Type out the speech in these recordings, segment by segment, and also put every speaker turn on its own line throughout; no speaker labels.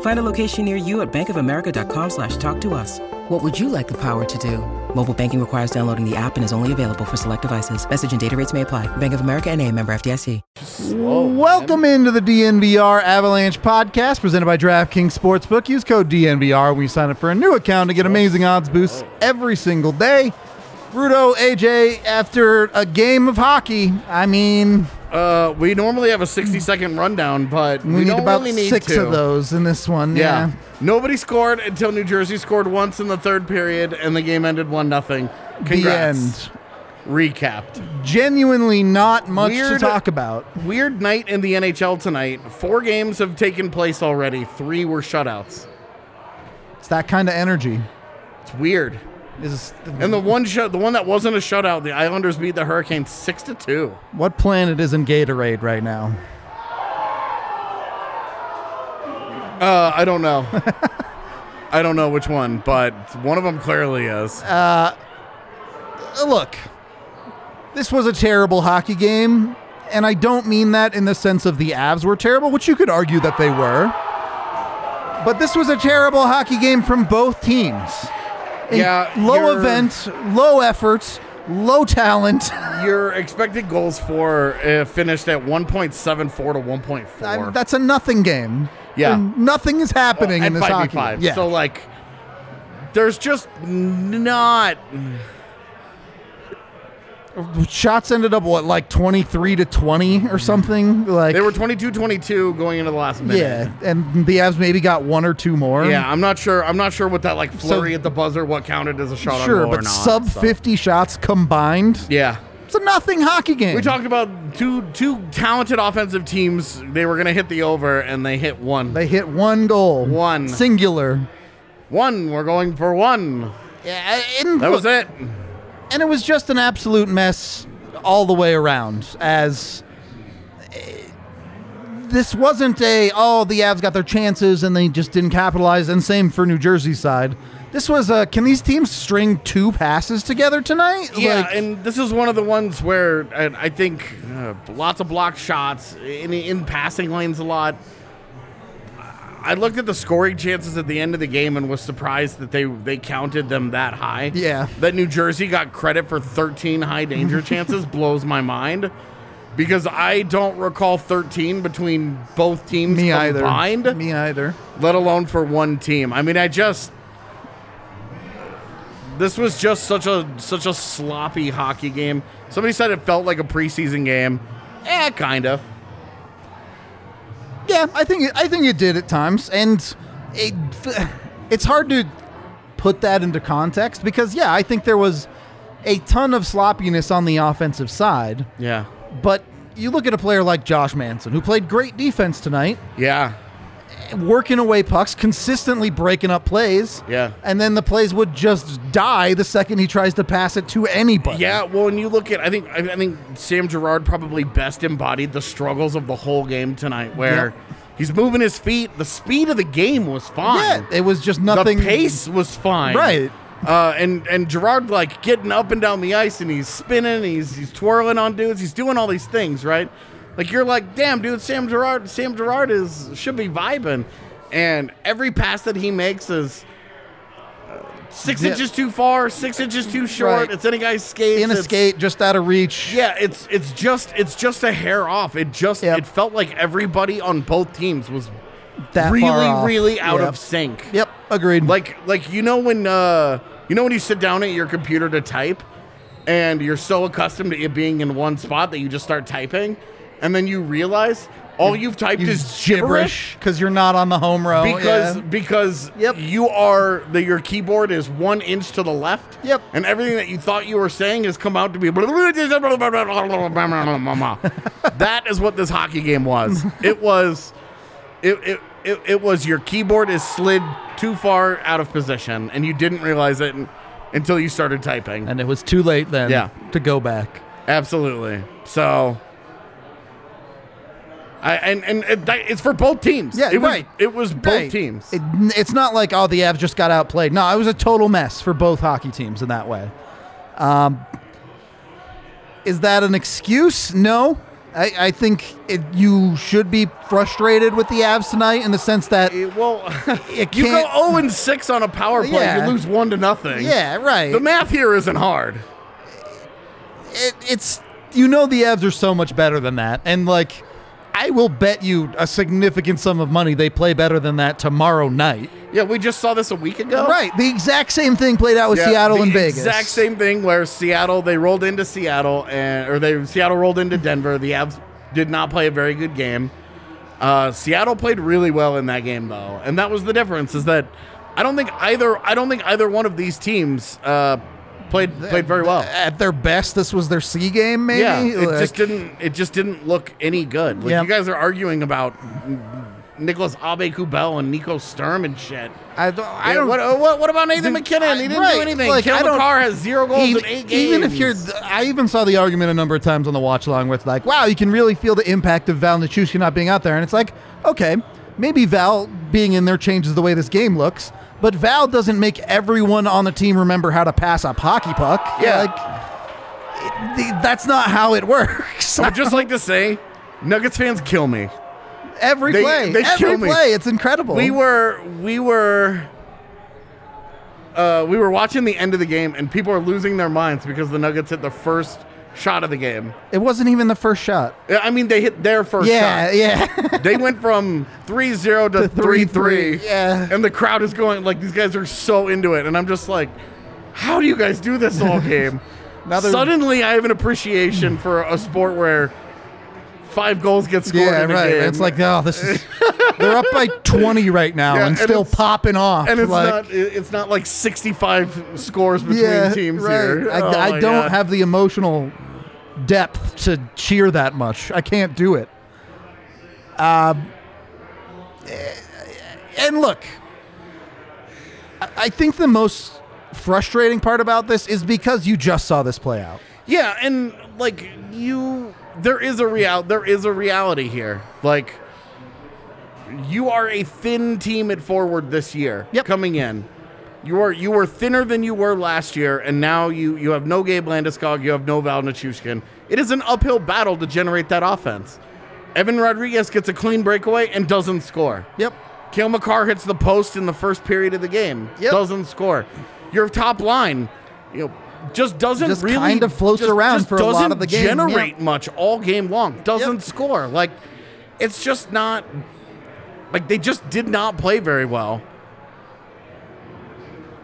Find a location near you at bankofamerica.com slash talk to us. What would you like the power to do? Mobile banking requires downloading the app and is only available for select devices. Message and data rates may apply. Bank of America and a member FDIC.
Welcome into the DNVR Avalanche podcast presented by DraftKings Sportsbook. Use code DNVR when you sign up for a new account to get amazing odds boosts every single day. Rudo, AJ, after a game of hockey, I mean,
Uh, we normally have a 60 second rundown, but we,
Mm. we, need
don't
about
really need
six
to.
of those in this one.
Yeah.
Yeah.
Nobody scored until New Jersey scored once in the third period, and the game ended 1 nothing. Congrats. Recapped.
The end. Genuinely not much to
Weird-
talk about.
Weird night in the NHL tonight. Four games have taken place already, three were shutouts.
It's that kind of energy.
It's weird.
Is
And the one shut, the one that wasn't a shutout, the Islanders beat the Hurricanes six to two.
what planet is in Gatorade right now?
Uh, I don't know. I don't know which one, but one of them clearly is.
Uh, look, this was a terrible hockey game, and I don't mean that in the sense of the Avs were terrible, which you could argue that they were. But this was a terrible hockey game from both teams. In
Yeah,
low
you're-
event, low effort, low talent.
Your expected goals for uh, finished at 1.74 to 1.4.
I- that's a nothing game.
Yeah. Oh,
And nothing is happening
at
in this
5v5.
hockey. game. Yeah.
So like, there's just n- not.
Shots ended up what, like twenty-three to twenty or something? Like
Mm-hmm. They were 22-22 going into the last minute.
yeah, and the Avs maybe got one or two more.
Yeah, I'm not sure. I'm not sure what that like flurry at the buzzer what counted as a shot
sure,
on goal or
but
not.
sub
so.
50 shots combined.
Yeah.
It's a nothing hockey game.
We talked about two two talented offensive teams. They were gonna hit the over, and they hit one.
They hit one goal.
One.
Singular.
one. We're going for one.
Yeah, and,
That was it.
and it was just an absolute mess all the way around. As eh, this wasn't a, oh, the Avs got their chances and they just didn't capitalize. And same for New Jersey's side. This was a, can these teams string two passes together tonight?
Yeah,
Like,
and this is one of the ones where I, I think uh, lots of block shots in, in passing lanes a lot. I looked at the scoring chances at the end of the game and was surprised that they they counted them that high.
Yeah.
that New Jersey got credit for 13 high danger chances blows my mind because I don't recall 13 between both teams
me either.
combined
Me either.
let alone for one team. I mean, I just this was just such a such a sloppy hockey game. Somebody said it felt like a preseason game. Eh, kind of.
Yeah, I think it, I think it did at times, and it, it's hard to put that into context because yeah, I think there was a ton of sloppiness on the offensive side,
Yeah.
but you look at a player like Josh Manson who played great defense tonight,
Yeah.
working away pucks, consistently breaking up plays.
Yeah.
And then the plays would just die the second he tries to pass it to anybody.
Yeah, well, when you look at, I think, I I think Sam Gerard probably best embodied the struggles of the whole game tonight, where he's moving his feet. The speed of the game was fine.
Yeah, it was just nothing.
The pace was fine.
Right.
Uh, and and Gerard like getting up and down the ice and he's spinning, and he's he's twirling on dudes, he's doing all these things, right? Like you're like, damn, dude, Sam Gerard, Sam Gerard is should be vibing, and every pass that he makes is uh, six
Yeah.
inches too far, six inches too short.
Right.
It's in a guy's skates.
in a
it's-
skate, just out of reach.
Yeah, it's it's just it's just a hair off. It just
Yep.
it felt like everybody on both teams was
that far
really
off.
really out
Yep.
of sync.
Yep, agreed.
Like like you know when uh you know when you sit down at your computer to type and you're so accustomed to it being in one spot that you just start typing and then you realize all you've typed is gibberish
because you're not on the home row.
because
Oh, yeah.
because
Yep.
you are that your keyboard is one inch to the left.
Yep.
And everything that you thought you were saying has come out to be. that is what this hockey game was. It was, it it. It, it was your keyboard is slid too far out of position and you didn't realize it un- until you started typing.
and it was too late then
Yeah.
to go back.
Absolutely. So, I and and it, that- it's for both teams.
Yeah,
it was,
right.
It was both
Right.
teams.
It, it's not like oh the Avs just got outplayed. No, it was a total mess for both hockey teams in that way. Um, is that an excuse? No. I, I think it, you should be frustrated with the Avs tonight in the sense that
It- well,
It
you go
can't-
0 and 6 on a power play,
Yeah.
you lose 1 to nothing.
yeah right
The math here isn't hard.
it, it's you know the Avs are so much better than that, and like I will bet you a significant sum of money they play better than that tomorrow night.
Yeah, we just saw this a week ago.
Right, the exact same thing played out with
Yeah,
Seattle
the
and Vegas.
Exact same thing where Seattle they rolled into Seattle and or they Seattle rolled into Denver. The Avs did not play a very good game. Uh, Seattle played really well in that game though, and that was the difference. Is that I don't think either I don't think either one of these teams uh, played played very well.
At their best, this was their C game, maybe.
Yeah, it
Like,
just didn't. It just didn't look any good. Like
Yeah.
you guys are arguing about Nicholas Abe Kubel and Nico Sturm and shit.
I don't. I
Yeah,
don't
what, what, what about Nathan
Dude,
McKinnon? He
I-
didn't
right,
do anything.
like, I
Kale
don't-
McCarr has zero goals
even,
in eight games.
even if you're, I even saw the argument a number of times on the watch along with like, wow, you can really feel the impact of Val Nichushkin not being out there, and it's like, okay, maybe Val being in there changes the way this game looks, but Val doesn't make everyone on the team remember how to pass up hockey puck.
Yeah.
like it- the- that's not how it works.
I would just like to say, Nuggets fans kill me.
every
They-
play,
they
every
kill me.
play, it's incredible.
We were we were uh, we were watching the end of the game, and people are losing their minds because the Nuggets hit the first shot of the game.
it wasn't even the first shot.
Yeah, I mean, they hit their first
Yeah,
shot.
yeah.
They went from 3-0 to 3-3.
3-3, yeah.
And the crowd is going like these guys are so into it and I'm just like how do you guys do this all game?
Now they're-
Suddenly I have an appreciation for a sport where five goals get scored
yeah,
in a
right.
game.
It's like, oh, this is. they're up by 20 right now
Yeah,
and
and
still
it's-
popping off.
and it's
like,
not it- it's not like 65 scores between teams here.
I,
Oh
I
my
don't
God.
have the emotional depth to cheer that much. I can't do it. Um, eh, and look, I- I think the most frustrating part about this is because you just saw this play out.
Yeah, and like you there is a real there is a reality here. Like you are a thin team at forward this year
Yep.
coming in. You are you were thinner than you were last year, and now you you have no Gabe Landeskog, you have no Val Nichushkin. It is an uphill battle to generate that offense. Evan Rodriguez gets a clean breakaway and doesn't score.
Yep.
Kale McCarr hits the post in the first period of the game.
Yep.
Doesn't score. Your top line, you know, just doesn't
Just
really
kind of floats around for a lot
doesn't
of the game,
Generate
yeah.
much all game long. Doesn't
Yep.
score. Like it's just not like they just did not play very well.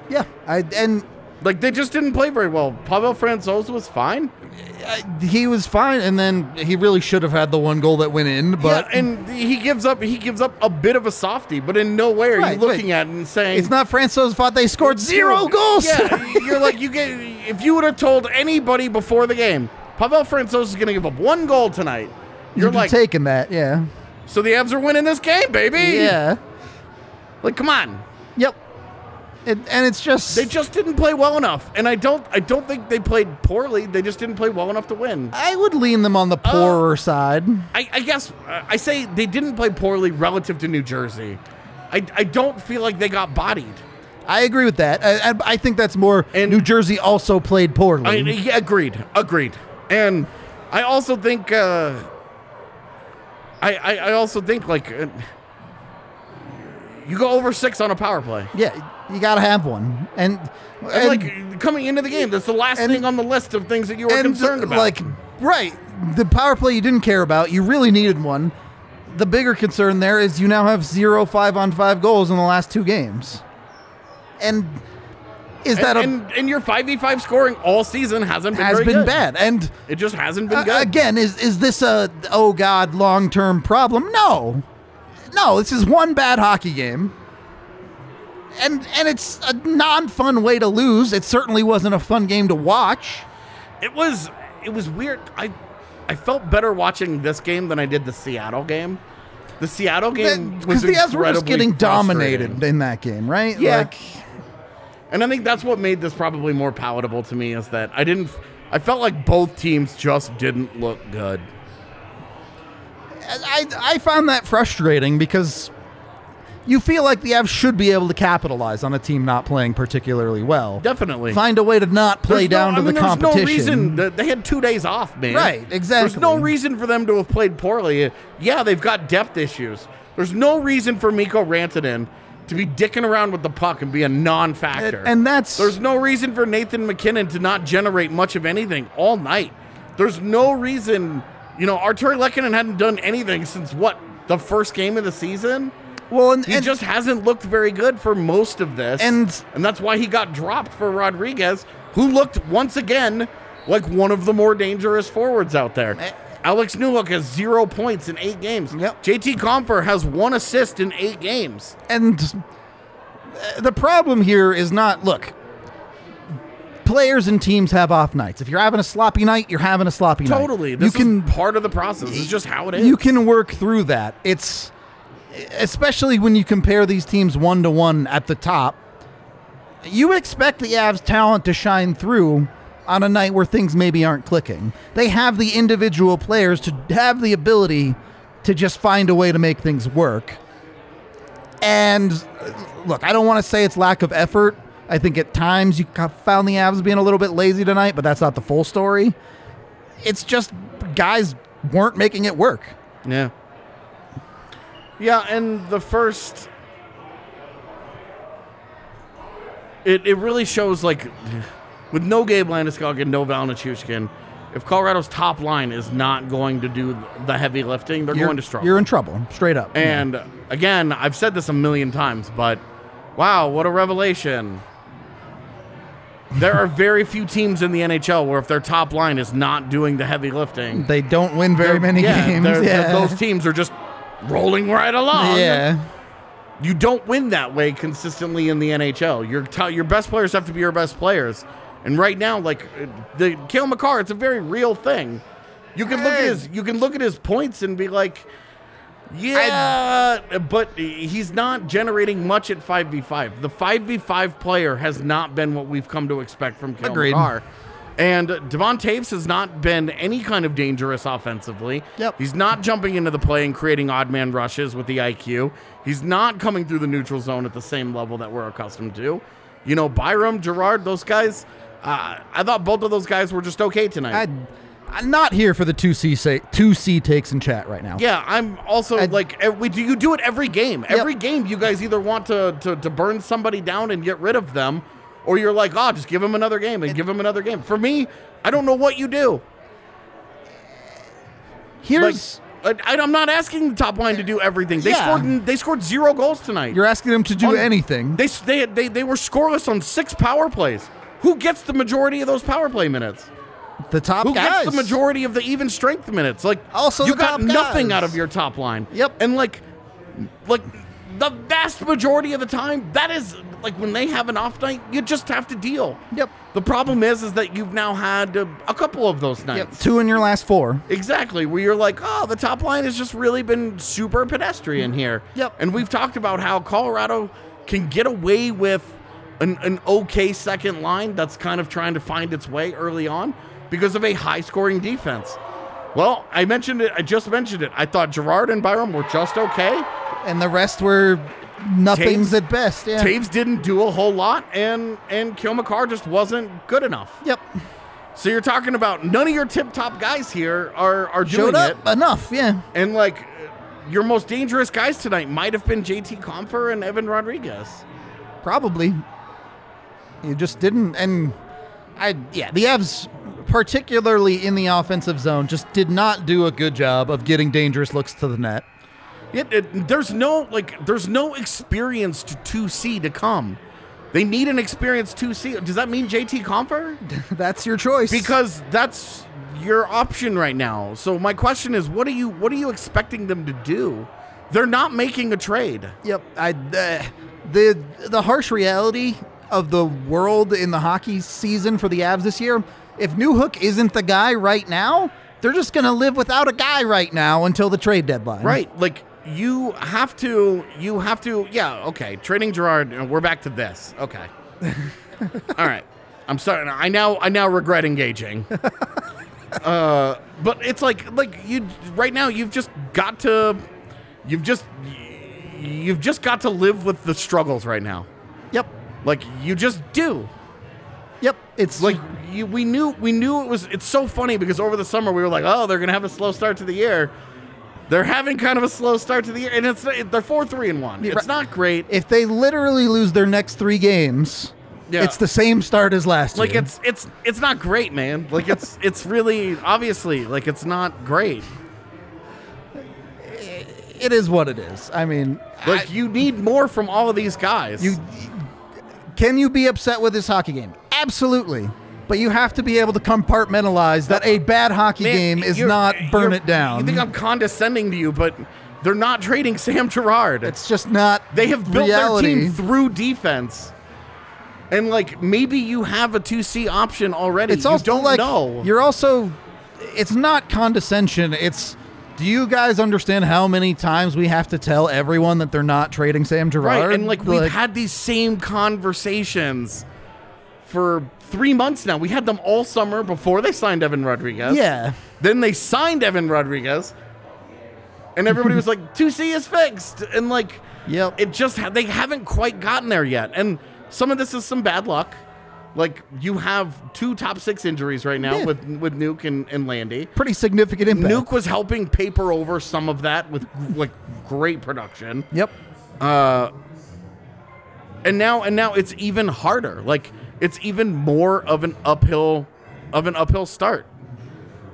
Yeah. I, and
Like they just didn't play very well. Pavel Francouz was fine,
he was fine, and then he really should have had the one goal that went in, but
yeah, and he gives up. He gives up a bit of a softy, but in no way are
Right,
you looking
wait.
at it and saying
it's not Franco's fault they scored zero goals.
Yeah, you're like you get. If you would have told anybody before the game, Pavel Francouz is going to give up one goal tonight. You're
You'd be
like,
taking that, yeah.
so the Abs are winning this game, baby.
Yeah.
like come on,
Yep. It, and it's just
they just didn't play well enough, and I don't, I don't think they played poorly. They just didn't play well enough to win.
I would lean them on the
Uh.
poorer side.
I, I guess uh, I say they didn't play poorly relative to New Jersey. I, I don't feel like they got bodied.
I agree with that. I, I, I think that's more.
And-
New Jersey also played poorly.
I, yeah, agreed. Agreed. And I also think uh, I, I I also think like uh, you go over six on a power play.
yeah, you gotta have one. And
And,
and,
like coming into the game, that's the last
and-
thing on the list of things that you were
and,
concerned about.
like right, the power play you didn't care about. You really needed one. The bigger concern there is you now have zero five on five goals in the last two games, and is
And,
that a,
and, and your 5v5 scoring all season hasn't been
has
very
been
good.
bad. And
It just hasn't been
uh,
good.
again, is is this a oh god long term problem? No, no. This is one bad hockey game, and and it's a non fun way to lose. It certainly wasn't a fun game to watch.
It was it was weird. I I felt better watching this game than I did the Seattle game. The Seattle game
Because
was
the Avs were just
incredibly
getting dominated
frustrating.
in that game, right?
Yeah.
Like,
And I think that's what made this probably more palatable to me is that I didn't I felt like both teams just didn't look good.
I I found that frustrating because you feel like the Avs should be able to capitalize on a team not playing particularly well.
Definitely.
Find a way to not play
There's no-
down
I
to
mean,
the
there's
competition.
no reason that they had two days off, man.
Right,
There's no
exactly.
reason for them to have played poorly. Yeah, they've got depth issues. There's no reason for Miko Rantanen to be dicking around with the puck and be a non-factor.
And- and that's-
there's no reason for Nathan McKinnon to not generate much of anything all night. There's no reason, you know, Arturi Lekkinen hadn't done anything since what the first game of the season.
well, and,
He
and-
just hasn't looked very good for most of this.
And-
and that's why he got dropped for Rodriguez, who looked once again like one of the more dangerous forwards out there. Alex Newhook has zero points in eight games.
Eh. Yep.
JT Comfer has one assist in eight games.
And uh, the problem here is not look. Players and teams have off nights. If you're having a sloppy night, you're having a sloppy night.
Totally. This
you can
is part of the process. It's just how it is.
you can work through that. It's especially when you compare these teams one to one at the top. You expect the Avs talent to shine through on a night where things maybe aren't clicking. They have the individual players to have the ability to just find a way to make things work. And uh, look, I don't want to say it's lack of effort. I think at times you ca- found the Avs being a little bit lazy tonight, but that's not the full story. It's just guys weren't making it work.
Yeah. Yeah, and the first it it really shows like with no Gabe Landeskog and no Valnichushkin, if Colorado's top line is not going to do the heavy lifting, they're
you're,
going to struggle.
you're in trouble, straight up.
and again, I've said this a million times, but wow, what a revelation. There are very few teams in the NHL where if their top line is not doing the heavy lifting,
they don't win very
they're-
many
yeah,
games.
they're- they're-
yeah.
Those teams are just rolling right along.
yeah.
You don't win that way consistently in the NHL. Your t- your best players have to be your best players. And right now, like uh, the Kale McCarr, it's a very real thing. You can look at his you can look at his points and be like, yeah, but he's not generating much at five v five. The five v five player has not been what we've come to expect from Kale
Agreed.
McCarr. And Devon Taves has not been any kind of dangerous offensively.
Yep.
He's not jumping into the play and creating odd man rushes with the IQ. He's not coming through the neutral zone at the same level that we're accustomed to. You know, Byram, Gerard, those guys, uh, I thought both of those guys were just okay tonight.
I, I'm not here for the two C say, two C takes in chat right now.
yeah, I'm also
I-
like eh, we do. You do it every game. Every game, you guys either want to, to to burn somebody down and get rid of them, or you're like, oh, just give him another game and give him another game. For me, I don't know what you do. Like,
Here's
I, I'm not asking the top line to do everything. They
Yeah.
scored. They scored zero goals tonight.
you're asking them to do
On-
anything.
They, they they they were scoreless on six power plays. Who gets the majority of those power play minutes?
the top
Who
guys.
gets the majority of the even strength minutes? Like
Also
you
the
got
top
nothing
guys.
out of your top line.
Yep.
And like like the vast majority of the time, that is like when they have an off night, you just have to deal.
Yep.
The problem is is that you've now had a, a couple of those
Yep,
nights.
two in your last four.
Exactly, where you're like, oh, the top line has just really been super pedestrian here.
Mm-hmm. Yep.
And we've talked about how Colorado can get away with an, an okay second line that's kind of trying to find its way early on because of a high scoring defense. Well, I mentioned it. I just mentioned it. I thought Gerard and Byram were just okay.
And the rest were nothings at best. Yeah.
Taves didn't do a whole lot, and and Kilmacar just wasn't good enough.
Yep.
So you're talking about none of your tip top guys here are are doing
Showed
it.
up enough. Yeah.
And like your most dangerous guys tonight might have been JT Comfer and Evan Rodriguez.
Probably. You just didn't. And I, yeah, the Avs, particularly in the offensive zone, just did not do a good job of getting dangerous looks to the net.
It, it- there's no like there's no experienced 2C to come. They need an experienced two C. Does that mean JT Comfer?
That's your choice.
Because that's your option right now. So my question is, what are you what are you expecting them to do? They're not making a trade.
Yep. I uh, the the harsh reality of the world in the hockey season for the Avs this year. If New Hook isn't the guy right now, they're just going to live without a guy right now until the trade deadline.
Right. Like you have to you have to yeah, okay. Trading Gerard, uh, we're back to this. Okay. All right. I'm starting I now I now regret engaging. uh but it's like like you right now you've just got to you've just you've just got to live with the struggles right now.
Yep.
Like you just do.
Yep. It's
Like you, we knew we knew it was it's so funny because over the summer we were like, "Oh, they're going to have a slow start to the year." They're having kind of a slow start to the year and it's they're 4-3 and 1. It's not great.
if they literally lose their next three games,
Yeah.
it's the same start as last
like
year.
it's it's it's not great, man. Like it's it's really obviously like it's not great.
it is what it is. I mean,
Like you need more from all of these guys.
You can you be upset with this hockey game? Absolutely. But you have to be able to compartmentalize that a bad hockey
Man,
game is
you're-
not burn
you're-
it down.
You think I'm condescending to you, but they're not trading Sam Gerard.
it's just not
They have built
reality.
their team through defense. And like maybe you have a 2C option already.
it's also
you don't
like
know.
you're also it's not condescension. It's do you guys understand how many times we have to tell everyone that they're not trading Sam Gerard?
right. And like we've had these same conversations for 3 months now. We had them all summer before they signed Evan Rodriguez.
Yeah.
Then they signed Evan Rodriguez. And everybody was like 2C is fixed. And like
Yep.
it just ha- they haven't quite gotten there yet. And some of this is some bad luck. Like you have two top six injuries right now
Yeah.
with with Nuke and, and Landy.
pretty significant impact.
Nuke was helping paper over some of that with like great production.
Yep.
And now and now it's even harder. Like it's even more of an uphill of an uphill start.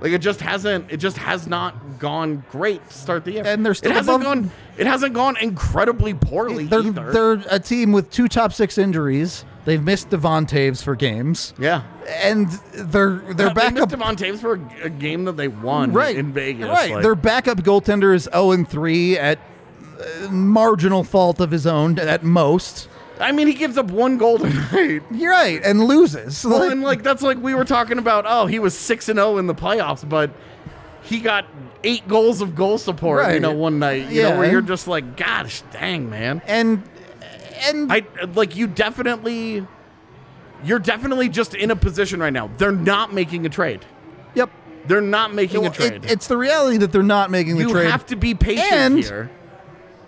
Like it just hasn't it just has not gone great to start the year.
And they're still
it hasn't
above-
gone it hasn't gone incredibly poorly
They're,
either.
they're a team with two top six injuries. They've missed Devon Taves for games.
yeah.
and their their
Yeah, they
backup
missed Devon Taves for a- a game that they won
right
in Vegas.
Right,
like-
their backup goaltender is zero and three at uh, marginal fault of his own at most.
I mean, he gives up one goal tonight.
You're right, and loses.
Well,
Like,
and like that's like we were talking about. Oh, he was six and zero in the playoffs, but he got eight goals of goal support. You
Right.
know, one night. You know,
Yeah.
where you're just like, gosh, dang, man.
and and
I like you definitely. You're definitely just in a position right now. They're not making a trade.
yep,
They're not making a
Well, it-
trade.
it's the reality that they're not making the
you
trade.
have to be patient
And-
here.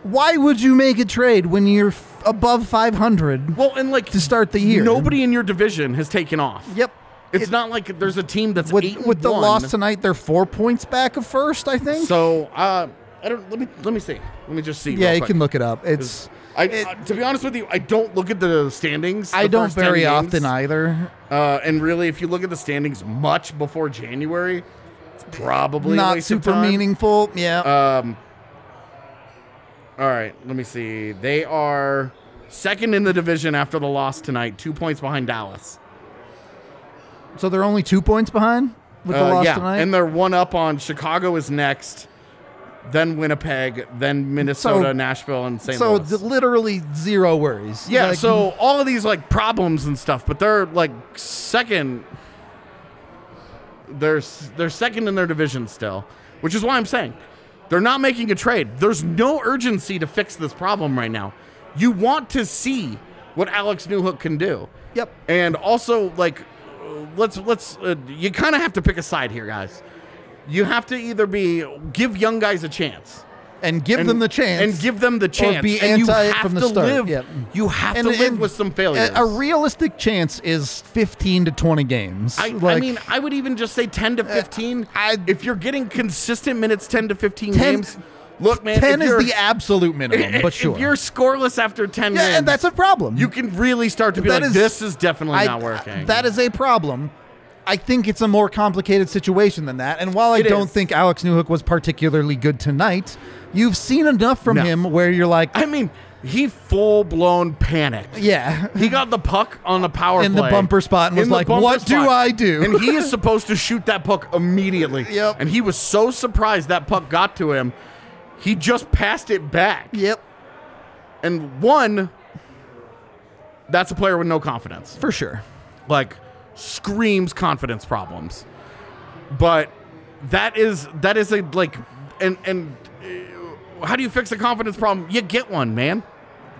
Why would you make a trade when you're f- above 500?
Well, and like
to start the year.
nobody in your division has taken off.
Yep.
It's
It-
not like there's a team that's eight
With,
and
with the
one.
loss tonight, they're four points back of first, I think.
So uh, I don't. Let me let me see. Let me just see.
yeah,
real
you
quick.
can look it up. It's
I,
it-
uh, to be honest with you, I don't look at the standings.
I
the
don't
first 10
very
games.
often either.
Uh, and really, if you look at the standings much before January, it's probably a
Not
waste of
super
time.
meaningful. Yeah.
Um. All right, let me see. They are second in the division after the loss tonight, two points behind Dallas.
So they're only two points behind with the
Uh,
loss
yeah,
tonight.
and they're one up on Chicago is next, then Winnipeg, then Minnesota, Nashville, and St.
so
Louis.
th- literally zero worries.
yeah,
Like,
so all of these like problems and stuff, but they're like second. They're s- they're second in their division still, which is why I'm saying they're not making a trade. There's no urgency to fix this problem right now. You want to see what Alex Newhook can do.
Yep.
And also, like, uh, let's let's uh, you kind of have to pick a side here, guys. You have to either be give young guys a chance,
and give them the chance
and give them the chance,
be
and you
anti it
have
from the
to
start.
live.
Yep.
You have
and,
to live
and
with some
a-
failures.
A realistic chance is fifteen to twenty games.
I, I
Like, uh,
mean, I would even just say ten to fifteen.
I-
if you're getting consistent minutes, ten to fifteen
10
games. Look, man,
ten
if
is
you're-
the absolute minimum. But
if
sure,
you're scoreless after ten
yeah,
games,
and that's a problem.
you can really start to be
That
like,
is-
this is definitely
I-
not working.
That is a problem. I think it's a more complicated situation than that. And while I
It
don't
is.
think Alex Newhook was particularly good tonight, you've seen enough from
No.
him where you're like,
I mean, He full blown panicked.
Yeah.
He got the puck on the power
In the
play.
bumper spot and was
the
like,
bumper
"What do I do?"
And he is supposed to shoot that puck immediately.
Yep.
And he was so surprised that puck got to him, he just passed it back.
Yep.
And one, that's a player with no confidence.
For sure.
Like screams confidence problems. But that is that is a like and and uh, how do you fix a confidence problem? You get one, man.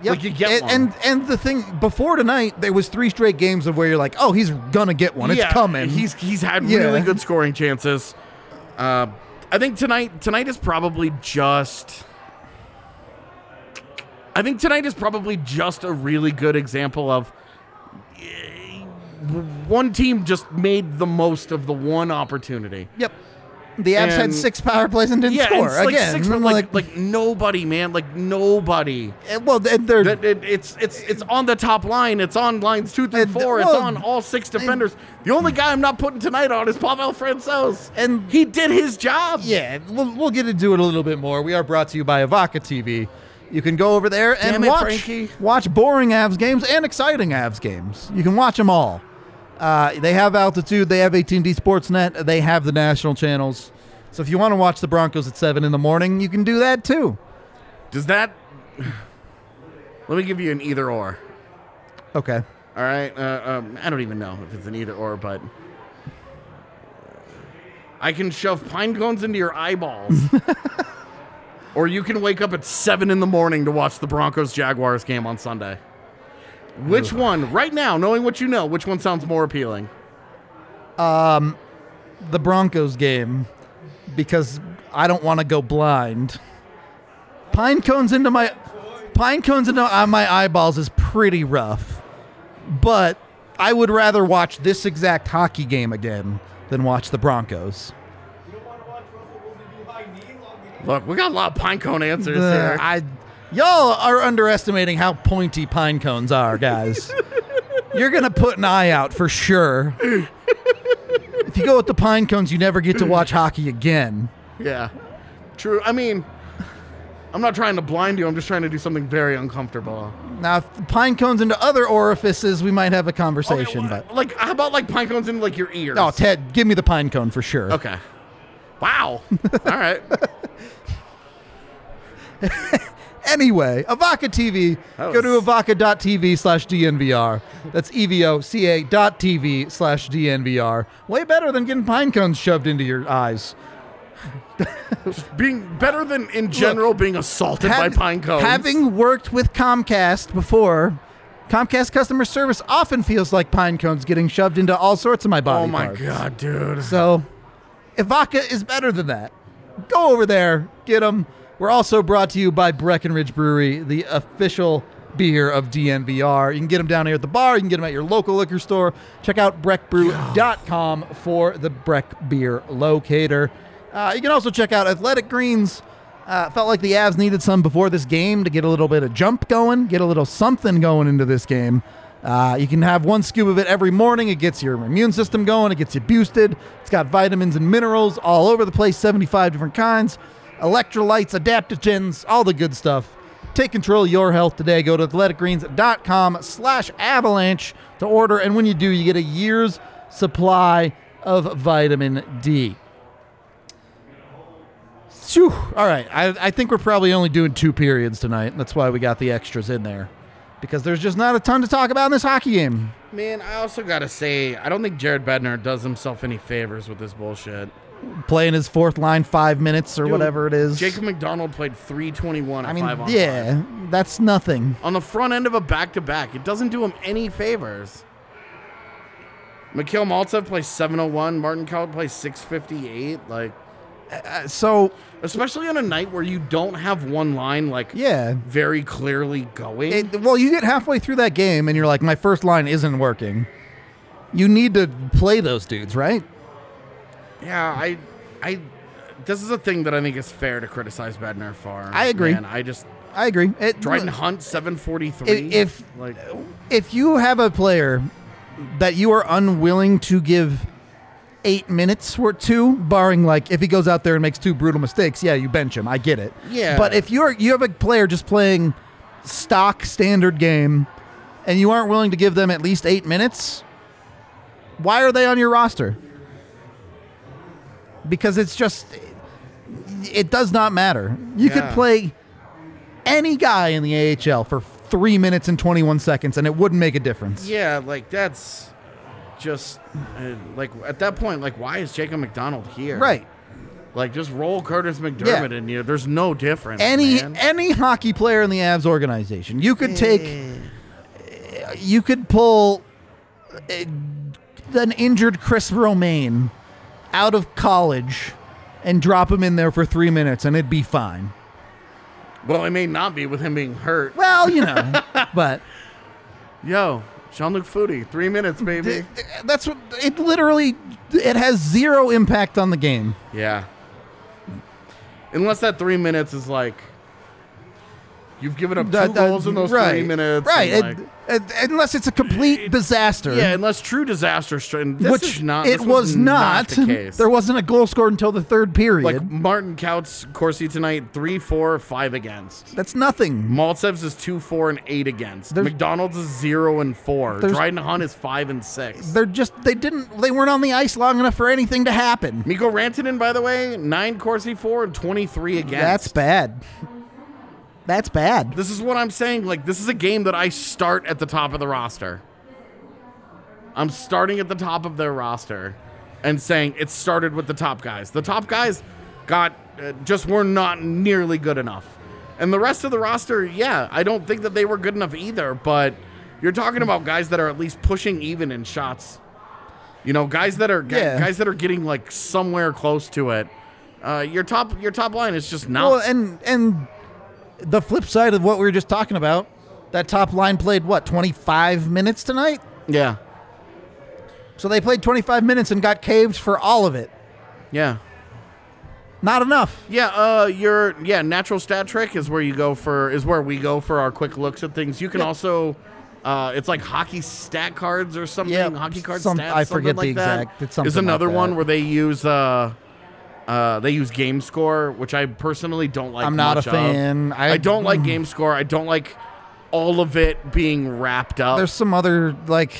Yep.
Like you get
and,
one.
and and the thing before tonight, there was three straight games of where you're like, oh, he's gonna get one. It's
Yeah,
coming.
He's he's had
Yeah.
really good scoring chances. Uh, I think tonight tonight is probably just. I think tonight is probably just a really good example of eh, one team just made the most of the one opportunity.
yep. The Abs had
And-
six power plays and didn't score
it's like
again.
six, but
I'm
like, like nobody, man, like nobody.
eh, well, th- they're
That it, it's it's it's on the top line. It's on lines two through
And-
four.
well,
it's on all six defenders. the only guy I'm not putting tonight on is Pavel Francouz,
And-
he did his job.
yeah. We'll we'll get into it a little bit more. We are brought to you by Avaca TV. You can go over there and
Damn it,
watch
Frankie.
watch boring Avs games and exciting Avs games. You can watch them all. Uh, they have altitude. They have AT&T Sportsnet. They have the national channels. So if you want to watch the Broncos at seven in the morning, you can do that too.
Does that? Let me give you an either or.
Okay.
All right. Uh, um, I don't even know if it's an either or, but I can shove pine cones into your eyeballs. or you can wake up at seven in the morning to watch the Broncos Jaguars game on Sunday. Which one, right now, knowing what you know, which one sounds more appealing?
the Broncos game because I don't want to go blind. Pine cones into my pine cones into uh, my eyeballs is pretty rough, but I would rather watch this exact hockey game again than watch the Broncos.
Look, we got a lot of pine cone answers
Uh,
here.
I y'all are underestimating how pointy pine cones are, guys. You're gonna put an eye out for sure. if you go with the pine cones, you never get to watch hockey again.
Yeah. True. I mean, I'm not trying to blind you. I'm just trying to do something very uncomfortable.
Now, if the pine cones into other orifices, we might have a conversation.
Okay, wh- Like, how about like pine cones in like your ears?
but oh, Ted, give me the pine cone for sure.
Okay. Wow. All right.
Anyway, Avaca TV.
That
Go to
was-
avaca.tv slash DNVR. That's E E-V-O-C-A dot TV slash DNVR. Way better than getting pine cones shoved into your eyes.
Being better than in general being assaulted by
Hav-
pine cones.
Having worked with Comcast before, Comcast customer service often feels like pine cones getting shoved into all sorts of my body
Oh my
parts.
god, dude.
So, Ivaca is better than that. Go over there, get them. We're also brought to you by Breckenridge Brewery, the official beer of DNVR. You can get them down here at the bar. You can get them at your local liquor store. Check out breckbrew.com for the Breck Beer Locator. Uh, you can also check out Athletic Greens. Uh, felt like the Avs needed some before this game to get a little bit of jump going, get a little something going into this game. Uh, you can have one scoop of it every morning. It gets your immune system going. It gets you boosted. It's got vitamins and minerals all over the place, 75 different kinds, electrolytes, adaptogens, all the good stuff. Take control of your health today. Go to athleticgreens.com slash avalanche to order. And when you do, you get a year's supply of vitamin D. Phew. All right. I, I think we're probably only doing two periods tonight. That's why we got the extras in there. Because there's just not a ton to talk about in this hockey game.
Man, I also gotta say, I don't think Jared Bednar does himself any favors with this bullshit.
Playing his fourth line five minutes or
Dude,
whatever it is.
Jacob McDonald played 321 at
I mean,
five on five.
yeah, that's nothing.
on the front end of a back to back. It doesn't do him any favors. Mikhail Maltsev plays 701. Martin Cowell plays 658. Like,
Uh, So,
especially on a night where you don't have one line, like,
yeah.
very clearly going.
It, well, you get halfway through that game and you're like, my first line isn't working. You need to play those dudes, right?
yeah, I, I, this is a thing that I think is fair to criticize Bednar for.
I agree.
And I just,
I agree. It,
Dryden Hunt,
If-
743.
if-
like,
if you have a player that you are unwilling to give eight minutes or two, barring like if he goes out there and makes two brutal mistakes, yeah, you bench him. I get it.
Yeah.
But if you're you have a player just playing stock standard game and you aren't willing to give them at least eight minutes, why are they on your roster? Because it's just, it does not matter. You
Yeah.
could play any guy in the AHL for three minutes and 21 seconds and it wouldn't make a difference.
Yeah, like that's just uh, like at that point, like why is Jacob McDonald here?
Right.
Like just roll Curtis McDermott
Yeah.
in here. There's no difference.
any
man.
any hockey player in the Avs organization. You could take, you could pull uh, an injured Chris Romaine out of college and drop him in there for three minutes, and it'd be fine.
well, it may not be with him being hurt.
Well, you know, but
Yo, Jean Luc Foudy, three minutes, baby.
th- th- that's what it literally it has zero impact on the game.
yeah. Unless that three minutes is like you've given up two
That- that-
goals in those
right,
three minutes.
right?
and,
and-
like-
and- unless it's a complete disaster.
yeah, unless true disaster. str- and This
which
is not.
it
this
was, not.
the case.
There wasn't a goal scored until the third period.
Like Martin Couts, Corsi tonight, three, four, five against.
That's nothing.
Maltsevs is two, four, and eight against.
There's-
McDonald's is zero and four.
There's-
Dryden Hunt is five and six.
They're just they didn't they weren't on the ice long enough for anything to happen.
Miko Rantanen, by the way, nine Corsi four and twenty-three against.
That's bad. That's bad.
This is what I'm saying. Like, this is a game that I start at the top of the roster. I'm starting at the top of their roster and saying it started with the top guys. The top guys got uh, just were not nearly good enough. And the rest of the roster, yeah, I don't think that they were good enough either, but you're talking about guys that are at least pushing even in shots. You know, guys that are gu-
Yeah.
guys that are getting like somewhere close to it. Uh, your top your top line is just not
Well, and and the flip side of what we were just talking about, that top line played what twenty five minutes tonight.
yeah.
So they played twenty five minutes and got caved for all of it.
Yeah.
Not enough.
Yeah, uh, your yeah natural stat trick is where you go for is where we go for our quick looks at things. You can also, uh, it's like hockey stat cards or something.
Yeah,
hockey card
some-
stats.
I forget
something
the
like that,
exact- it's something
is
like
another one
that.
where they use uh, uh, they use game score, which I personally don't like.
I'm not
much
a
of.
fan.
I,
I-
don't like game score. I don't like all of it being wrapped up
There's some other like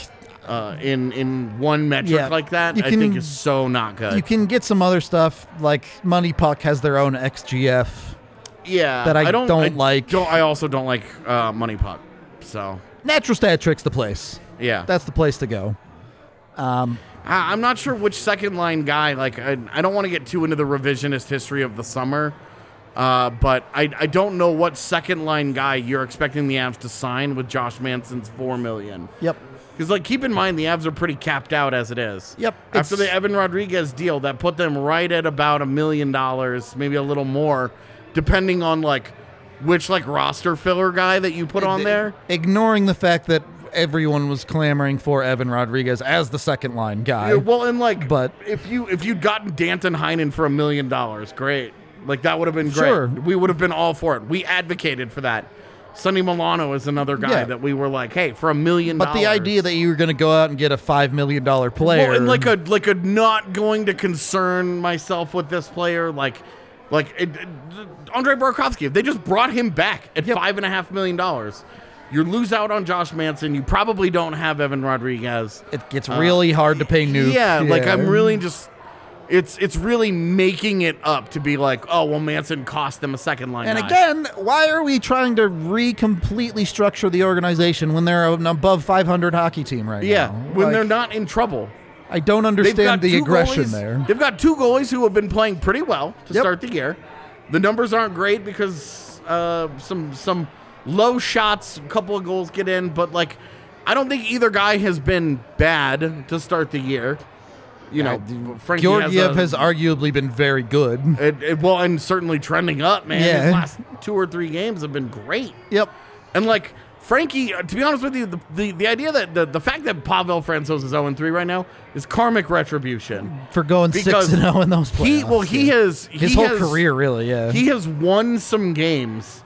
uh, in in one metric
Yeah,
like that.
you
I
can-
think is so not good.
you can get some other stuff like Money Puck has their own XGF.
yeah,
that I
don't,
don't like.
Don't, I also don't like uh, money puck. So.
Natural stat tricks the place.
Yeah,
That's the place to go.
I, I'm not sure which second line guy. Like, I, I don't want to get too into the revisionist history of the summer, uh, but I, I don't know what second line guy you're expecting the Avs to sign with Josh Manson's four million.
Yep.
Because, like, keep in mind the Avs are pretty capped out as it is.
Yep,
After
it's-
the Evan Rodriguez deal, that put them right at about a million dollars, maybe a little more, depending on like which like roster filler guy that you put on there.
Ignoring the fact that everyone was clamoring for Evan Rodriguez as the second line guy.
Yeah, well, and like,
but-
if you if you'd gotten Danton Heinen for a million dollars, great. Like that would have been great.
Sure.
We would have been all for it. We advocated for that. Sonny Milano is another guy
Yeah.
that we were like, hey, for a million.
but the
dollars-
idea that you were going to go out and get a $5 million player.
well, and like a like a not going to concern myself with this player, like like it, it- Andre Burakovsky. If they just brought him back at five and a half million dollars, you lose out on Josh Manson. You probably don't have Evan Rodriguez.
it gets really hard to pay new.
Yeah, like I'm really just it's it's really making it up to be like, oh well Manson cost them a second line.
And
guy.
again, why are we trying to re completely structure the organization when they're an above 500 hockey team right
Yeah.
now?
When
Like,
they're not in trouble.
I don't understand the
two
aggression
goalies-
there.
They've got two goalies who have been playing pretty well to
Yep.
start the year. The numbers aren't great because uh, some some low shots, a couple of goals get in, but like I don't think either guy has been bad to start the year. You know, Frankie
Georgiev
has a-
has arguably been very good.
It, it, well, and certainly trending up, man. His
Yeah.
last two or three games have been great.
Yep.
And like Frankie, uh, to be honest with you, the, the, the idea that the, the fact that Pavel Francouz is 0 3 right now is karmic retribution.
For going 6
Because
0 in those playoffs.
He well he
yeah.
has
His
he
whole
has-
career, really, yeah.
He has won some games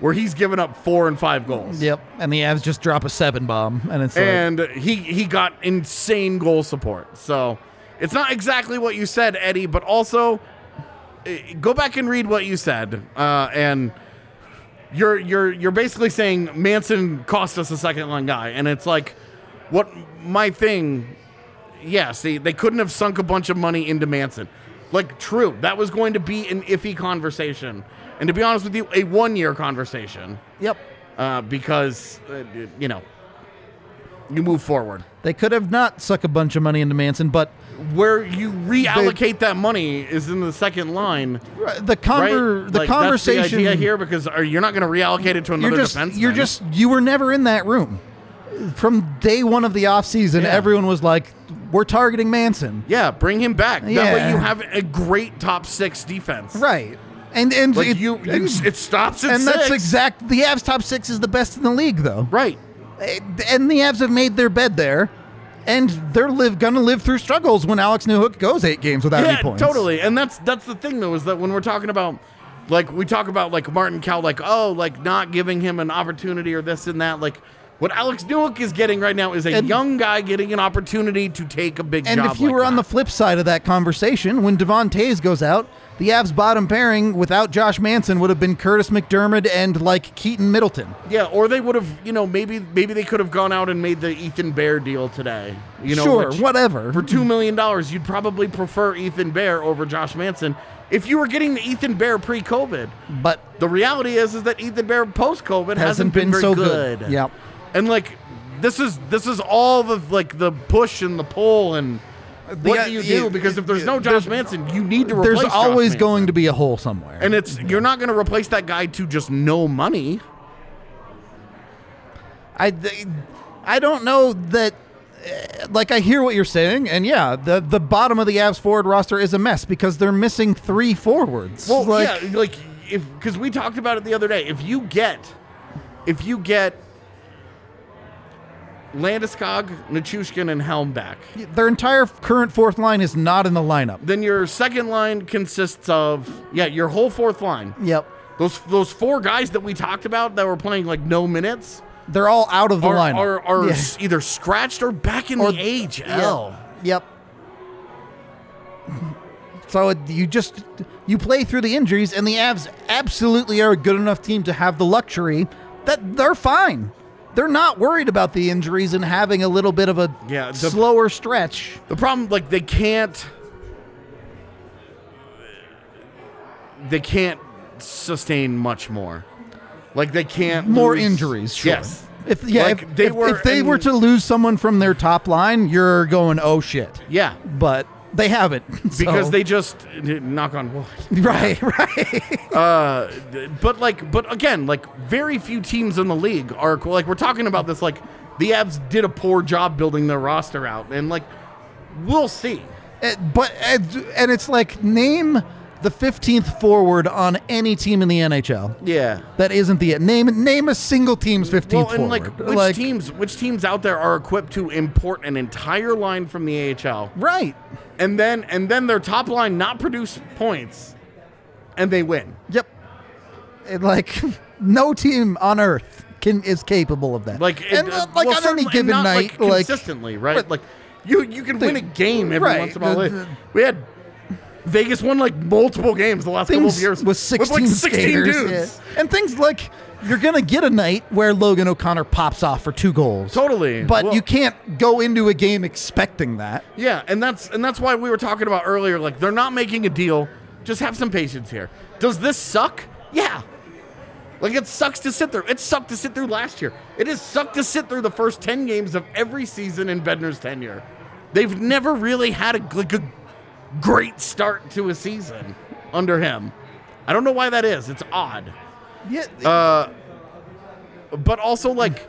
where he's given up four and five goals.
Yep, and the Avs just drop a seven bomb, and it's
And he he got insane goal support. So it's not exactly what you said, Eddie, but also eh, go back and read what you said. Uh, and you're you're you're basically saying Manson cost us a second line guy, and it's like, what my thing? Yeah, see, they couldn't have sunk a bunch of money into Manson. Like, true, that was going to be an iffy conversation, and to be honest with you, a one year conversation,
Yep.
uh, because uh, you know, you move forward.
They could have not sucked a bunch of money into Manson, but
Where you reallocate that money is in the second line.
the conver-
right?
the
Like,
conversation
that's the idea here because are, you're not going to reallocate it to another
you're just
defenseman.
you're just you were never in that room from day one of the offseason
Yeah.
everyone was like we're targeting manson
Yeah, bring him back. That way
Yeah.
you have a great top six defense.
right and and
Like
it,
you, you
and,
it stops at
and
six.
that's exact the avs top six is the best in the league though
right.
Eh, and the avs have made their bed there and they're live gonna live through struggles when alex newhook goes eight games without
Yeah,
any points
totally. And that's that's the thing though is that when we're talking about like we talk about like Martin Cow like oh like not giving him an opportunity or this and that like what Alex Newhook is getting right now is a
And-
young guy getting an opportunity to take a big
and
job.
if you
like
were on
that.
the flip side of that conversation, when Devon Taves goes out, the Avs bottom pairing without Josh Manson would have been Curtis McDermott and like Keaton Middleton.
Yeah, or they would have, you know, maybe maybe they could have gone out and made the Ethan Bear deal today. You know,
sure,
which
whatever.
for two million dollars, you'd probably prefer Ethan Bear over Josh Manson if you were getting the Ethan Bear pre-COVID.
but
The reality is, is that Ethan Bear post-COVID hasn't, been, very
so
good.
good. Yep.
and like this is this is all the like the push and the pull and what
uh,
do you do?
yeah,
because if there's no Josh Manson, you need to replace.
there's
Josh
always
Manson.
going to be a hole somewhere.
and it's you're not going to replace that guy to just no money.
I, th- I don't know that. eh, Like I hear what you're saying, and yeah, the the bottom of the Avs forward roster is a mess because they're missing three forwards.
Well,
like,
yeah, like if because we talked about it the other day. If you get, if you get Landeskog, Nichushkin, and Helm back,
their entire current fourth line is not in the lineup.
then your second line consists of yeah, your whole fourth line.
Yep,
Those those four guys that we talked about that were playing like no minutes
they're all out of the
are
lineup.
are, are
Yeah.
s- either scratched or back in
Or-
the
Yeah.
AHL.
Yep. So it- you just you play through the injuries, and the Avs absolutely are a good enough team to have the luxury that they're fine. They're not worried about the injuries and having a little bit of a
Yeah, the-
slower stretch.
The problem, like they can't, they can't sustain much more. Like they can't
More
lose-
injuries, sure.
Yes,
If yeah,
Like,
if,
they
if,
were-
if they
and-
were to lose someone from their top line, you're going oh shit.
yeah,
But they haven't so-
because they just knock on wood.
right right.
Uh, but like, but again, like very few teams in the league are like we're talking about this. Like the Abs did a poor job building their roster out, and like we'll see.
Uh, but and, and it's like name the 15th forward on any team in the NHL.
Yeah.
That isn't the name. Name a single team's 15th
Well, and
forward.
like which teams, which teams out there are equipped to import an entire line from the AHL?
Right.
and then and then their top line not produce points, and they win.
Yep. And like no team on earth can is capable of that.
Like
and
it-
uh, like
well,
on any
certainly- and
given
not,
night,
like
like
consistently, right?
but-
like you you can win a
the-
game every
right,
once in a while.
the- the-
we had Vegas won like multiple games the last couple of
things
years
with 16,
like sixteen
skaters,
dudes.
yeah. and things like you're gonna get a night where Logan O'Connor pops off for two goals.
Totally.
But
Well-
you can't go into a game expecting that.
Yeah, and that's and that's why we were talking about earlier. Like they're not making a deal. Just have some patience here. Does this suck? Yeah. Like it sucks to sit through. It sucked to sit through last year. It has sucked to sit through the first ten games of every season in Bedner's tenure. They've never really had a like a great start to a season under him. I don't know why that is. It's odd
Yeah.
but also like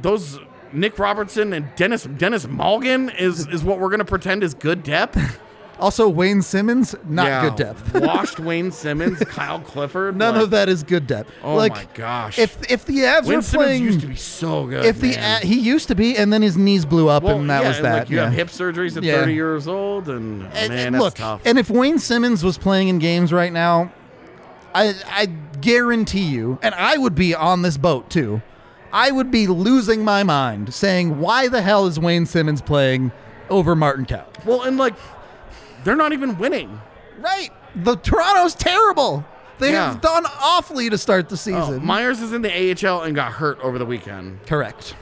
those Nick Robertson and Dennis Dennis Malgin is is what we're gonna pretend is good depth.
also, Wayne Simmons, not
Yeah.
good depth.
Washed Wayne Simmons, Kyle Clifford.
None
like-
of that is good depth.
Oh
like,
my gosh!
If if the Avs
Wayne
were
Simmons
playing,
used to be so good.
if the
man.
A- he used to be, and then his knees blew up,
Well,
and that
yeah,
was
and,
that.
Like you
yeah.
have hip surgeries at
Yeah.
30 years old, and,
And-
man,
and
that's
look,
tough.
and if Wayne Simmons was playing in games right now, I I guarantee you, and I would be on this boat too. I would be losing my mind, saying, "Why the hell is Wayne Simmons playing over Martin Cow?"
well, and like they're not even winning.
Right. The Toronto's terrible. They
Yeah.
have done awfully to start the
Oh,
season.
Myers is in the AHL and got hurt over the weekend.
Correct.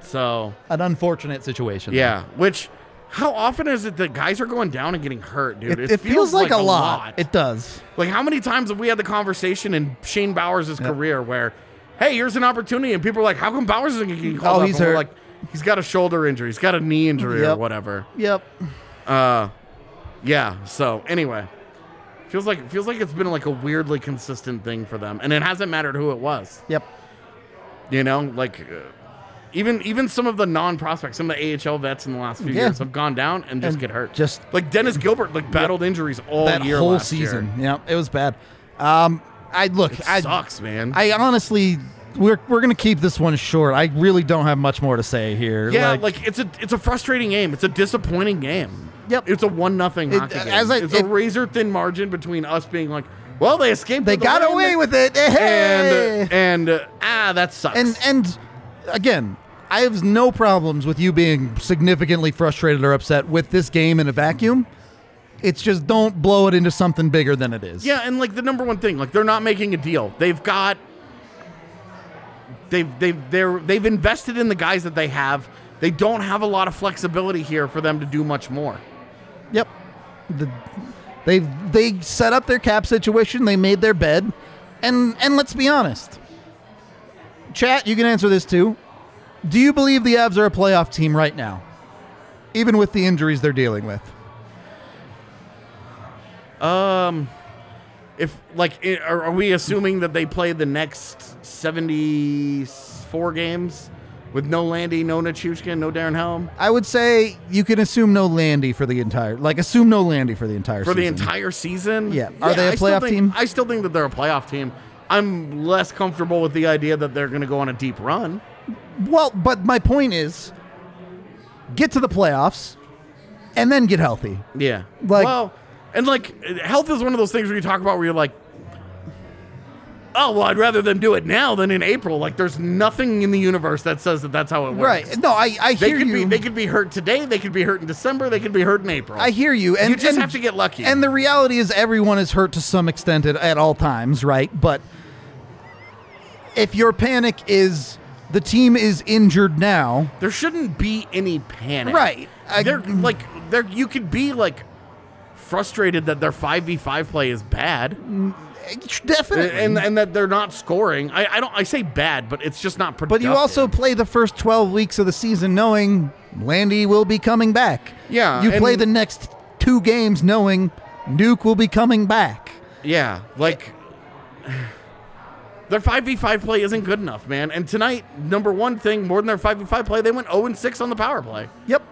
So,
An unfortunate situation.
yeah. Which, how often is it that guys are going down and getting hurt, dude?
It, it feels, like, a lot. It does.
Like, how many times have we had the conversation in Shane Bowers' career where, hey, here's an opportunity, and people are like, how come Bowers isn't getting called
Oh,
up?
he's
And we're
hurt.
Like, he's got a shoulder injury, he's got a knee injury, or
Yep.
whatever.
Yep.
Yeah. So anyway, feels like feels like it's been like a weirdly consistent thing for them, and it hasn't mattered who it was.
Yep.
You know, like uh, even even some of the non prospects, some of the AHL vets in the last few
Yeah.
years have gone down and just
And
get hurt.
just-
like Dennis Gilbert, like battled injuries all
that
year
whole
last
season.
year.
Yeah, it was bad. Um, I look.
It
I
sucks, man.
I honestly, we're we're gonna keep this one short. I really don't have much more to say here.
yeah, like, it's a it's a frustrating game. It's a disappointing game.
Yep.
It's a one nothing
It-
hockey game.
as I-
it's
it-
a razor thin margin between us being like, well, they escaped.
they
with a
got
win,
away with it. Hey!
and and uh, ah, that sucks.
and and again i have no problems with you being significantly frustrated or upset with this game in a vacuum it's just don't blow it into something bigger than it is
Yeah, and like the number one thing, like they're not making a deal. They've got they've they've they're they've invested in the guys that they have. They don't have a lot of flexibility here for them to do much more.
yep the, they they set up their cap situation they made their bed and and let's be honest chat you can answer this too do you believe the avs are a playoff team right now even with the injuries they're dealing with
If like i- are, are we assuming that they play the next 74 games with no Landy, no Nachushkin, no Darren Helm
i would say you can assume no landy for the entire like assume no landy for the entire
for the
season.
entire season?
Yeah. Are they a
I still
playoff
think-
team?
I still think that they're a playoff team. I'm less comfortable with the idea that they're going to go on a deep run.
Well, but my point is, get to the playoffs, and then get healthy.
Yeah.
Like-
well, and like health is one of those things where you talk about where you're like, oh, well, I'd rather them do it now than in April. Like, there's nothing in the universe that says that that's how it works.
Right? No, I I
They
hear
could
you.
be they could be hurt today. They could be hurt in December. They could be hurt in April.
I hear you. And
Oh. you just
and-
have to get lucky.
And the reality is, everyone is hurt to some extent at, at all times, right? But if your panic is the team is injured now,
there shouldn't be any panic.
Right. I-
they're like they're you could be like frustrated that their five v five play is bad.
definitely.
And and that they're not scoring. I, I don't I say bad, but it's just not
but
productive.
you also play the first twelve weeks of the season knowing Landy will be coming back.
Yeah,
You play
and-
the next two games knowing Nuke will be coming back.
Yeah, like their five v five play isn't good enough, man. And tonight, number one thing more than their five v five play, they went zero and six on the power play,
Yep.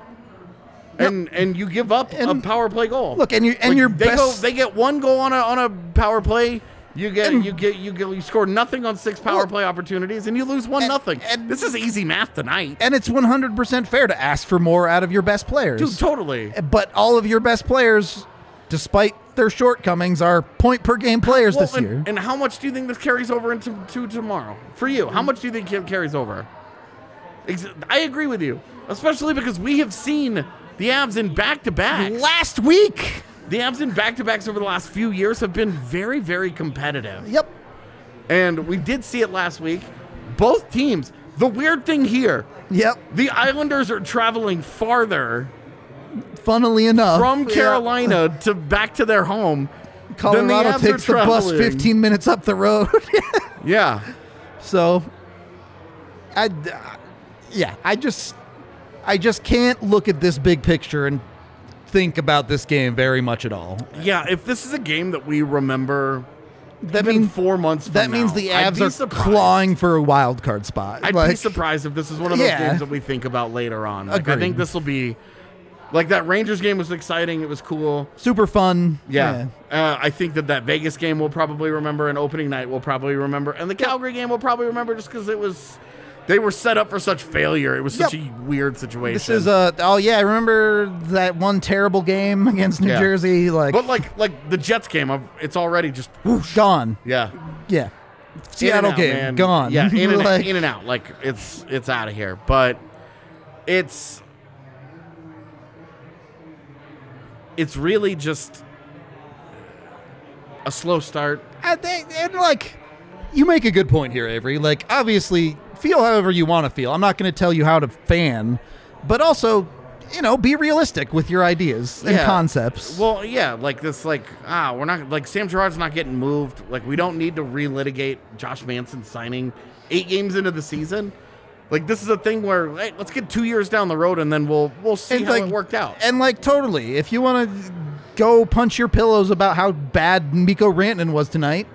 and and you give up a
And-
power play goal.
Look, and your and your
they
best
go, they get one goal on a on a power play. You get
And-
you get you get you score nothing on six power
Look-
play opportunities, and you lose one
And-
nothing.
and-
this is easy math tonight,
and it's 100% fair to ask for more out of your best players.
dude. Totally.
but all of your best players despite their shortcomings are point per game players
Well,
this
and,
year.
and how much do you think this carries over into to tomorrow for you?
Mm.
How much do you think it carries over? Ex- I agree with you, especially because we have seen the Avs in back to back.
Last week.
The Avs in back to backs over the last few years have been very, very competitive,
Yep.
and we did see it last week. Both teams. The weird thing here,
Yep.
the Islanders are traveling farther
Funnily enough,
from
yeah,
Carolina to back to their home. than the
Colorado
Avs are
takes the bus
traveling.
15 minutes up the road.
Yeah,
so I uh, yeah, I just I just can't look at this big picture and think about this game very much at all.
yeah. If this is a game that we remember
That
Even
means
four months. From
That means
now.
the
I'd
Avs
be
are
surprised.
clawing for a wild card spot.
I'd be
Like,
surprised if this is one of those
Yeah.
games that we think about later on. Like, I
Agreed.
think this will be like that Rangers game was exciting. It was cool.
super fun.
Yeah, Uh, I think that that Vegas game we'll probably remember, and opening night we'll probably remember, and the Calgary game we'll probably remember just because it was they were set up for such failure. It was such
Yep.
a weird situation.
This is a oh yeah, remember that one terrible game against New
Yeah.
Jersey? Like
but like like the Jets game, I've- it's already just whoosh.
gone.
Yeah,
Yeah.
In and
Seattle
out,
game
man.
gone.
Yeah, in and,
Like,
out, in and out. Like it's it's out of here. But it's it's really just a slow start.
And, they, and like, you make a good point here, Avery. Like, obviously, feel however you want to feel. I'm not going to tell you how to fan, but also, you know, be realistic with your ideas and
Yeah.
concepts.
Well, yeah, like this, like ah, we're not like Sam Gerard's not getting moved. Like we don't need to relitigate Josh Manson signing eight games into the season. Like this is a thing where hey, let's get two years down the road and then we'll we'll see how it worked out.
And like, totally. If you want to go punch your pillows about how bad Miko Rantanen was tonight,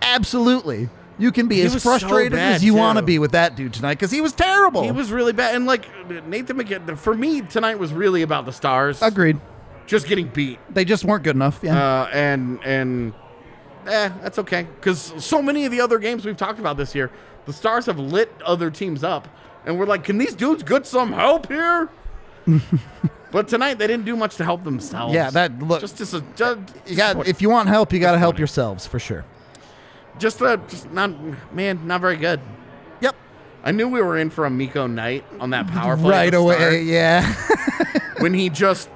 absolutely. You can be
He
as
was so
frustrated
bad,
as you
too.
want to be with that dude tonight because he was terrible.
He was really bad, and like Nathan McKinnon, for me tonight was really about the stars,
agreed.
just getting beat,
They just weren't good enough. Yeah.
uh, and and eh, that's okay because so many of the other games we've talked about this year, the stars have lit other teams up, and we're like, can these dudes get some help here? but tonight they didn't do much to help themselves.
Yeah, that- look-
just as a just,
you got, if you want help, you got to help yourselves for sure.
just a just not man, not very good.
Yep.
I knew we were in for a Miko night on that power play at
right
the
away.
start.
Yeah.
when he just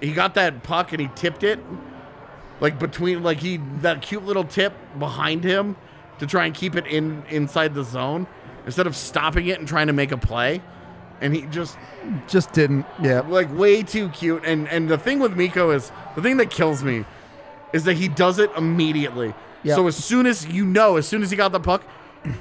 he got that puck and he tipped it like between like he that cute little tip behind him to try and keep it in inside the zone instead of stopping it and trying to make a play and he just
just didn't. Yeah.
like way too cute and and the thing with Miko is the thing that kills me is that he does it immediately
Yep.
so as soon as you know as soon as he got the puck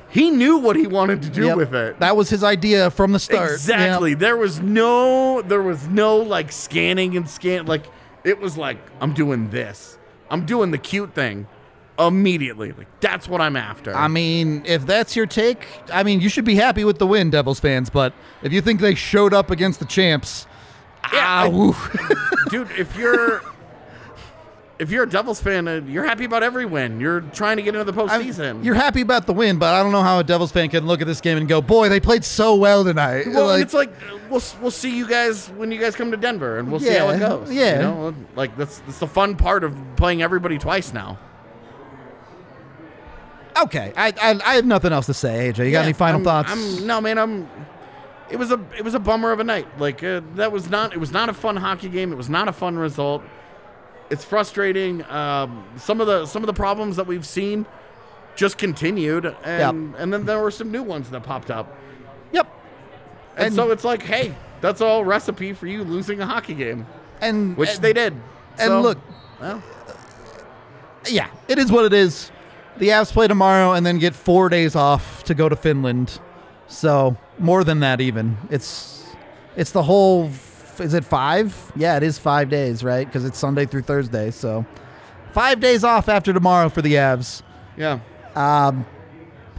he knew what he wanted to do
Yep.
with it
That was his idea from the start.
Exactly.
Yeah.
There was no there was no like scanning and scan like it was like I'm doing this. I'm doing the cute thing immediately. Like that's what I'm after.
I mean, if that's your take, I mean, you should be happy with the win, Devils fans. But if you think they showed up against the champs, ah,
I-
woo.
dude, if you're if you're a Devils fan, uh, you're happy about every win. You're trying to get into the
I'm-
postseason.
you're happy about the win, but I don't know how a Devils fan can look at this game and go, "Boy, they played so well tonight."
well, and it's like uh, we'll s- we'll see you guys when you guys come to Denver, and we'll see how
Yeah,
it goes.
yeah.
you know, like that's that's the fun part of playing everybody twice now.
okay, I, I I have nothing else to say. AJ, you got
Yeah,
any final
I'm-
thoughts?
I'm, no, man. I'm. It was a it was a bummer of a night. Like uh, that was not it was not a fun hockey game. It was not a fun result. It's frustrating. Um, some of the some of the problems that we've seen just continued, and and then there were some new ones that popped up.
yep.
And,
And-
so it's like, hey, that's all recipe for you losing a hockey game,
And uh,
which
and-
they did.
and
So,
look-
well,
yeah, it is what it is. The Avs play tomorrow and then get four days off to go to Finland. So more than that, even it's it's the whole. f- Is it five? Yeah, it is five days, right? Because it's Sunday through Thursday. So five days off after tomorrow for the Avs.
yeah.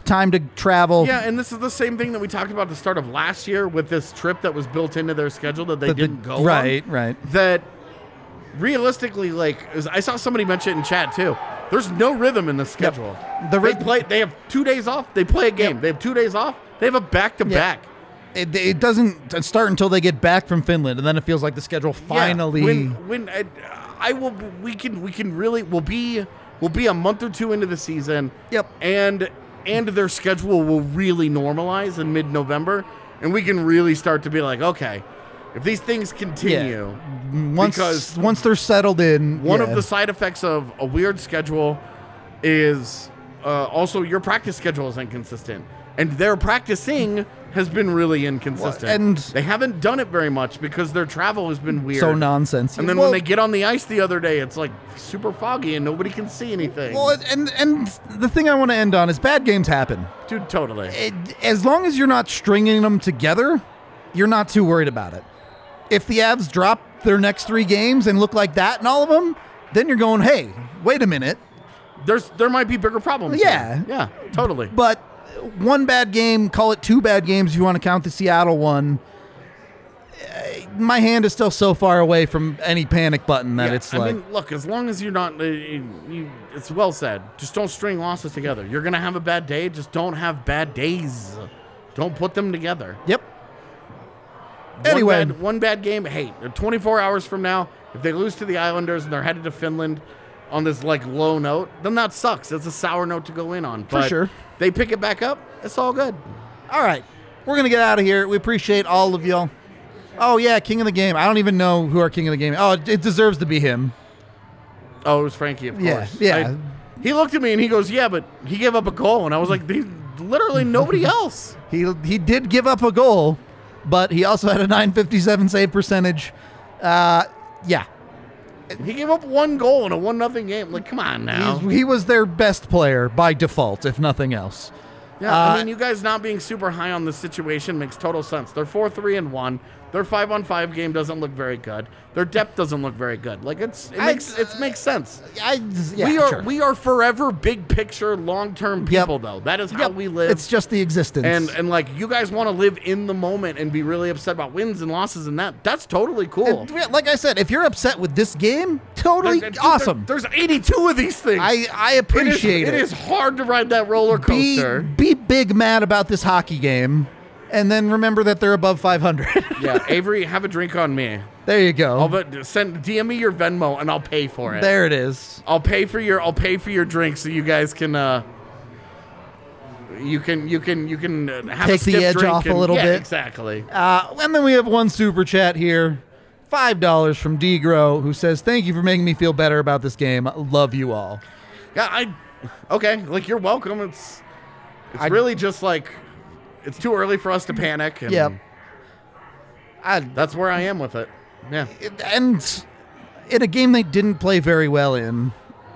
Time to travel.
Yeah, and this is the same thing that we talked about at the start of last year with this trip that was built into their schedule that they
That the-
didn't go on.
right, right.
That realistically, like as- I saw somebody mention it in chat too. There's no rhythm in the schedule.
The
they
rhythm-
play. They have two days off. They play a game. They have two days off. They have a back to back.
It, it doesn't start until they get back from Finland, and then it feels like the schedule finally.
Yeah, when when I, I will we can we can really we'll be we'll be a month or two into the season.
Yep.
And and their schedule will really normalize in mid November and we can really start to be like, okay, if these things continue,
once
because-
once they're settled in,
one
yeah.
of the side effects of a weird schedule is uh, also your practice schedule is inconsistent, and their practicing has been really inconsistent.
and-
they haven't done it very much because their travel has been weird.
so nonsense.
And then
Well-
when they get on the ice the other day, it's like super foggy and nobody can see anything.
Well, and and the thing I want to end on is bad games happen.
Dude, totally.
It, as long as you're not stringing them together, you're not too worried about it. If the Avs drop their next three games and look like that in all of them, then you're going, hey, wait a minute.
There's there might be bigger problems. here.
Yeah.
yeah, totally.
But one bad game, call it two bad games if you want to count the Seattle one. eh, My hand is still so far away from any panic button that
Yeah,
it's
I
like,
mean, look, as long as you're not, uh, you, you, it's well said. Just don't string losses together. You're gonna have a bad day. Just don't have bad days. Don't put them together.
yep. Anyway.
one bad, one bad game. Hey, 24 hours from now, if they lose to the Islanders and they're headed to Finland on this like low note, then that sucks. That's a sour note to go in on. But
sure.
They pick it back up. It's all good.
All right. We're going to get out of here. We appreciate all of y'all. Oh, yeah, King of the Game. I don't even know who our King of the Game is. Oh, it deserves to be him.
Oh, it was Frankie, of
Yeah,
course.
yeah.
I- he looked at me and he goes, "Yeah, but he gave up a goal," and I was like, "They literally nobody else."
He he did give up a goal, but he also had a 957 save percentage. Uh, yeah,
He gave up one goal in a one nothing game. Like, come on now.
He's- he was their best player by default, if nothing else.
Yeah,
Uh,
I mean, you guys not being super high on this situation makes total sense. They're four three and one. Their five on five game doesn't look very good. Their depth doesn't look very good. Like it's it
I-
makes it makes sense.
I, yeah,
we are
sure.
we are forever big picture long
Yep.
term people though. That is how
Yep,
we live.
It's just the existence.
and and like you guys want to live in the moment and be really upset about wins and losses and that that's totally cool.
And, yeah, like I said, if you're upset with this game, totally
There- dude, there-
awesome.
there's 82 of these things.
I I
It is-
appreciate
It is hard to ride that roller
Be
coaster.
be big mad about this hockey game, and then remember that they're above 500.
yeah, Avery, have a drink on me.
there you go.
I'll but send DM me your Venmo and I'll pay for it.
there it is.
I'll pay for your I'll pay for your drink so you guys can uh you can you can you can uh, have
Take
a
the
stiff
edge
drink
off a
and-
little
yeah,
bit.
Exactly.
Uh, and then we have one super chat here. Five dollars from Degro, who says, "Thank you for making me feel better about this game. Love you all."
Yeah, I okay, like you're welcome. It's it's
I-
really just like it's too early for us to panic and
Yep.
I, that's where I am with it. Yeah.
It- and in a game they didn't play very well in,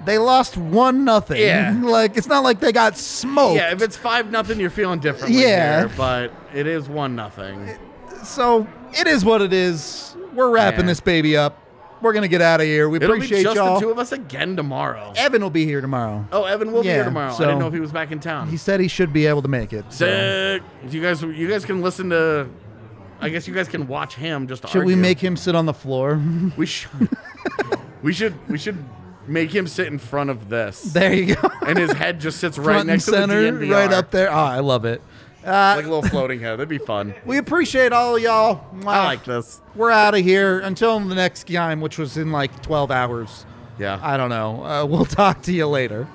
they lost one nothing.
Yeah.
like it's not like they got smoked.
Yeah, if it's five nothing, you're feeling differently.
Yeah.
here, but it is one nothing.
so it is what it is. We're wrapping
Yeah.
this baby up. We're gonna get out of here. We
It'll
appreciate
be just
y'all.
the two of us again tomorrow.
Evan will be here tomorrow.
Oh, Evan will be
Yeah,
here tomorrow.
so-
I didn't know if he was back in town.
He said he should be able to make it. So.
Sick. You guys, you guys can listen to. I guess you guys can watch him. Just to
Should we
argue.
make him sit on the floor?
We should. we should. We should make him sit in front of this,
there you go.
and his head just sits right
Front and
next
center,
to the DNVR,
right up there. Oh, I love it.
like a little floating head. That'd be fun.
We appreciate all of y'all. Ah,
I like this.
We're out of here until the next game, which was in like 12 hours.
Yeah.
I don't know. Uh, we'll talk to you later.